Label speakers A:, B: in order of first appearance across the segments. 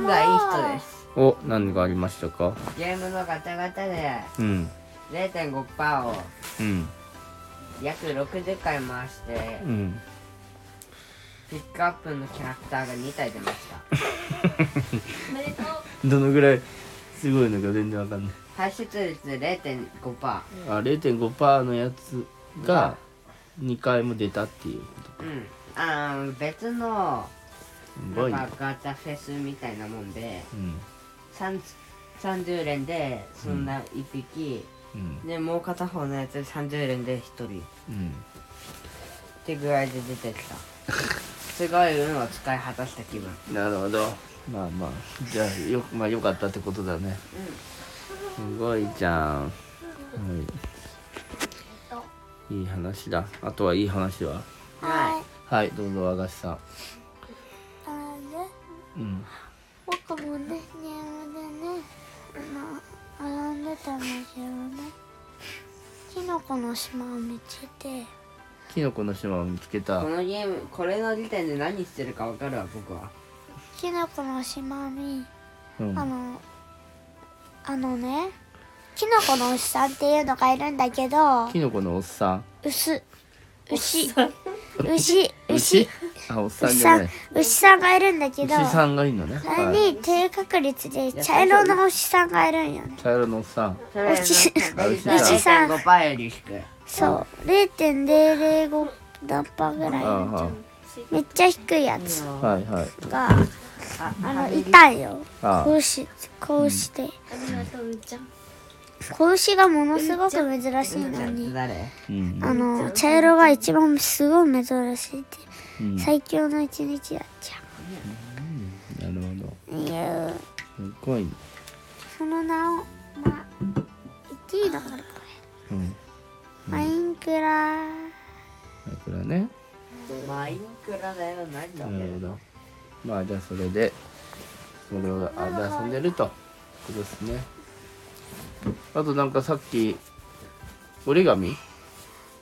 A: トです
B: お何がありましたか
A: ゲームのガチャガチャで
B: うん
A: 0.5%を
B: うん
A: 約60回回して
B: うん
A: ピックアップのキャラクターが2体出ました
C: おめでとう
B: どのぐらいすごいのか全然わかんない
A: 排出率0.5%
B: あ0.5%のやつが2回も出たっていうこと
A: うんあー別の
B: す
A: な
B: ご
A: ん
B: いな
A: かガチャフェスみたいなもんで
B: うん
A: 3 30連でそんな1匹、
B: うん
A: でもう片方のやつ30連で1人っ
B: うん
A: て具合で出てきたすごい運を使い果たした気分
B: なるほどまあまあじゃあよ,、まあ、よかったってことだねすごいじゃん、は
C: えっと
B: い、いい話だあとはいい話は
A: はい
C: い
B: はいどうぞ和菓子さ
C: あのね
B: んうん
C: 僕もねゲームでねあの並んでたんだけどねキノコの島を見つけて
B: キノコの島を見つけた
A: このゲームこれの時点で何してるか分かるわ僕は
C: キノコの島に
B: うん
C: あのあのねキノコの牛さんっていうのがいるんだけ ど
B: キノコのおっさん
C: 牛牛牛牛
B: あおっさん
C: 牛
B: じ
C: さ
B: ゃない
C: ん牛さんがいるんだけ
B: 牛
C: ど
B: さんがいいのね、
C: それ
B: はい、
C: に低確率で茶色の牛さんがいるんよね
B: 茶色のおっさん
A: それの
C: うち
B: うち
A: さ
C: さ
A: ん
C: ん
A: 5パーより低い
C: そう0.005何パーぐ
B: あ
C: らい
B: あ
C: めっちゃ低いやつ
B: ああはいはい
C: が
A: あ
C: あのいたんよ
B: あ
C: 子牛子牛で
D: りがとう、うーちゃん。
C: 子牛がものすごく珍しいのに
A: 誰
B: うん
C: あの茶色が一番すごい珍しいって
B: うんなる
C: 最強の一日だっちゃ
B: ほど
C: ういや
B: すごいね
C: その名をまあ言っていいのかなこ
B: うん
C: れマインクラ
B: だからね
A: マインクラだよ何だ
B: な
A: ろ
B: るほどまあじゃあそれでそれをあで遊んでるとことですねあとなんかさっき折り紙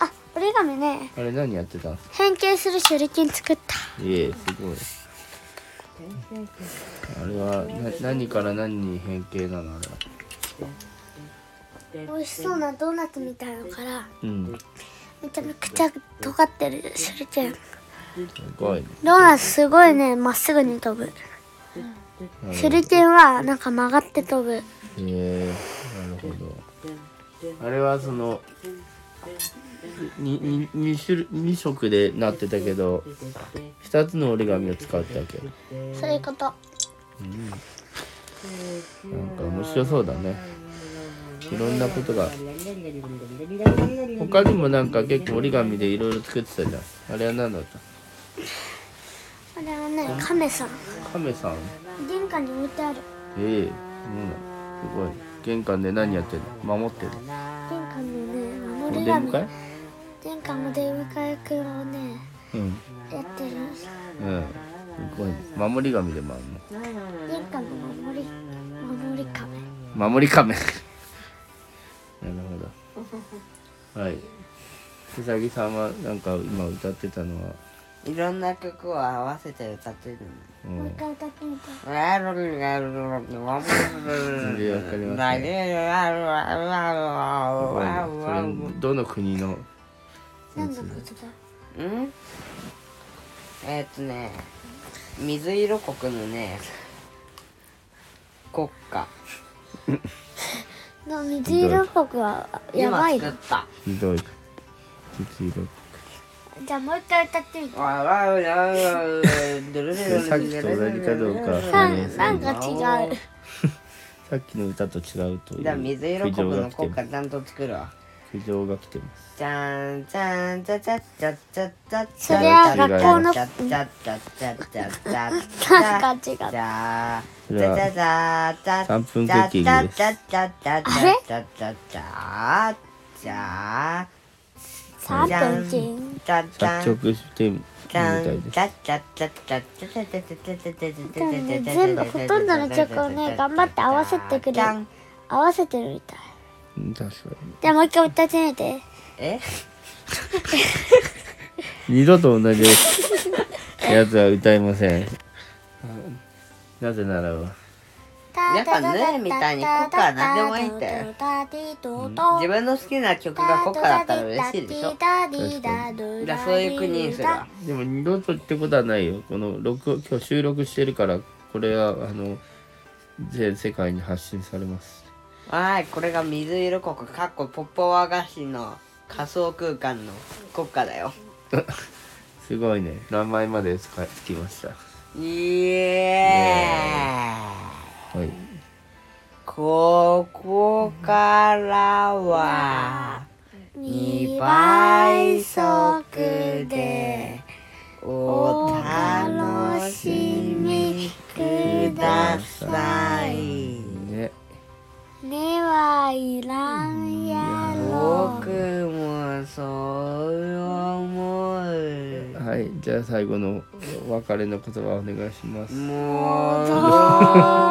C: あ折り紙ね
B: あれ何やってたんですか
C: 変形する手裏剣作った
B: ええすごいあれはな何から何に変形なのあれ
C: 美
B: は
C: 味しそうなドーナツみたいのから
B: うん
C: めちゃめちゃ尖ってる手裏剣
B: すごいね
C: ドーナツすごいねまっすぐに飛ぶ
B: なるほ
C: 手
B: ど
C: 裏剣はなんか曲がって飛ぶ
B: ええなるほどあれはそのににに種類二色でなってたけど二つの折り紙を使ってたわけ
C: そういうこと
B: なんか面白そうだね。いろんなことが。他にもなんか結構折り紙でいろいろ作ってたじゃん。あれは何だった
C: あれはね亀さん
B: 亀さん。
C: 玄関に置いてある
B: ええそうなんだ。すごい。玄関で何やってるの守ってる
C: 玄関のね
B: お
C: 守
B: 出
C: り
B: 迎
C: 紙
B: え
C: 玄関の出迎えくんをね
B: うん。
C: やってる
B: うん。すごい、ね。守り紙でもある
C: 玄関の守り守り亀
B: の。守り 亀。なるほど。はい。うさぎさんはなんか今歌ってたのは、
A: いろんな曲を合わせて歌ってるの。
B: う
C: もうん一回歌ってみて
B: すごいねそれどの国の
C: 何のことだ
A: うんえーっとね水色国のね国歌
C: の水色っぽくはやばい
A: 今
C: の
A: 作った
B: ひどい。黄色
C: じゃあもう一回歌ってみて
A: わわわわわ
B: さっきと同じかどうか
C: ななんか違う
B: さっきの歌と違うという
A: じゃあ水色国の国
B: 苦
A: 歌ちゃんと作るわ
B: 情が来てます
A: じゃんじゃんじゃじゃじゃじゃじゃ
C: それは
B: 学
C: 校の
A: じゃじゃじゃじゃじゃじゃじゃ
C: なんか違う
A: じゃ
B: それは三分クッキングです
C: サープンン
B: 作曲してみたいです
C: でもね全部ほとんどの曲をね頑張って合わせてくれる合わせてるみたい
B: うん確か
C: じゃあもう一回歌ってみて
A: え
B: に二度と同じ やつは歌いませんなぜならば
C: や
A: や
C: っ
A: っ
C: ぱ
A: ぱ
C: ヌ
A: ヌ
C: ー
A: ー
C: ル
A: ル
C: み
A: み
C: た
A: た
C: い
A: い
C: に
A: にコッ
C: コッ
A: カ
C: カー
A: ー何
C: 何で
A: でも
C: もい
A: い
C: い
A: い
C: っ
A: ってて自
C: 自分
A: 分の好きな曲が
C: が
A: コ
C: コ
A: ッカ
C: ッ
A: ーだっ
C: カだったた
A: ら
C: ら
A: 嬉
C: 嬉
A: し
C: し
A: い
C: い
A: でし
C: で
A: ょ
C: しょ
A: だか
C: だ
A: ら
C: そ
A: そうう
C: い
A: いうう
C: 国
A: 国
C: に
A: に
C: す
A: す
C: ら
A: ら
B: でも二度とってことはないよこの録音今日収録してるからこれはあの全世界に発信されます
A: わーいこれが水色国かっこポッポ和菓子の仮想空間の国家だよ
B: すごいね名前まで使いつきました
A: イエーイ
B: はい
A: ここからは2
C: 2
A: 倍
C: 倍
A: 速
C: 速
A: で
C: で
A: お楽しみください
B: ね
C: 目はいらんやろ
A: 僕もそう思う
B: はいじゃあ最後のお別れの言葉お願いします
A: もう
C: 戻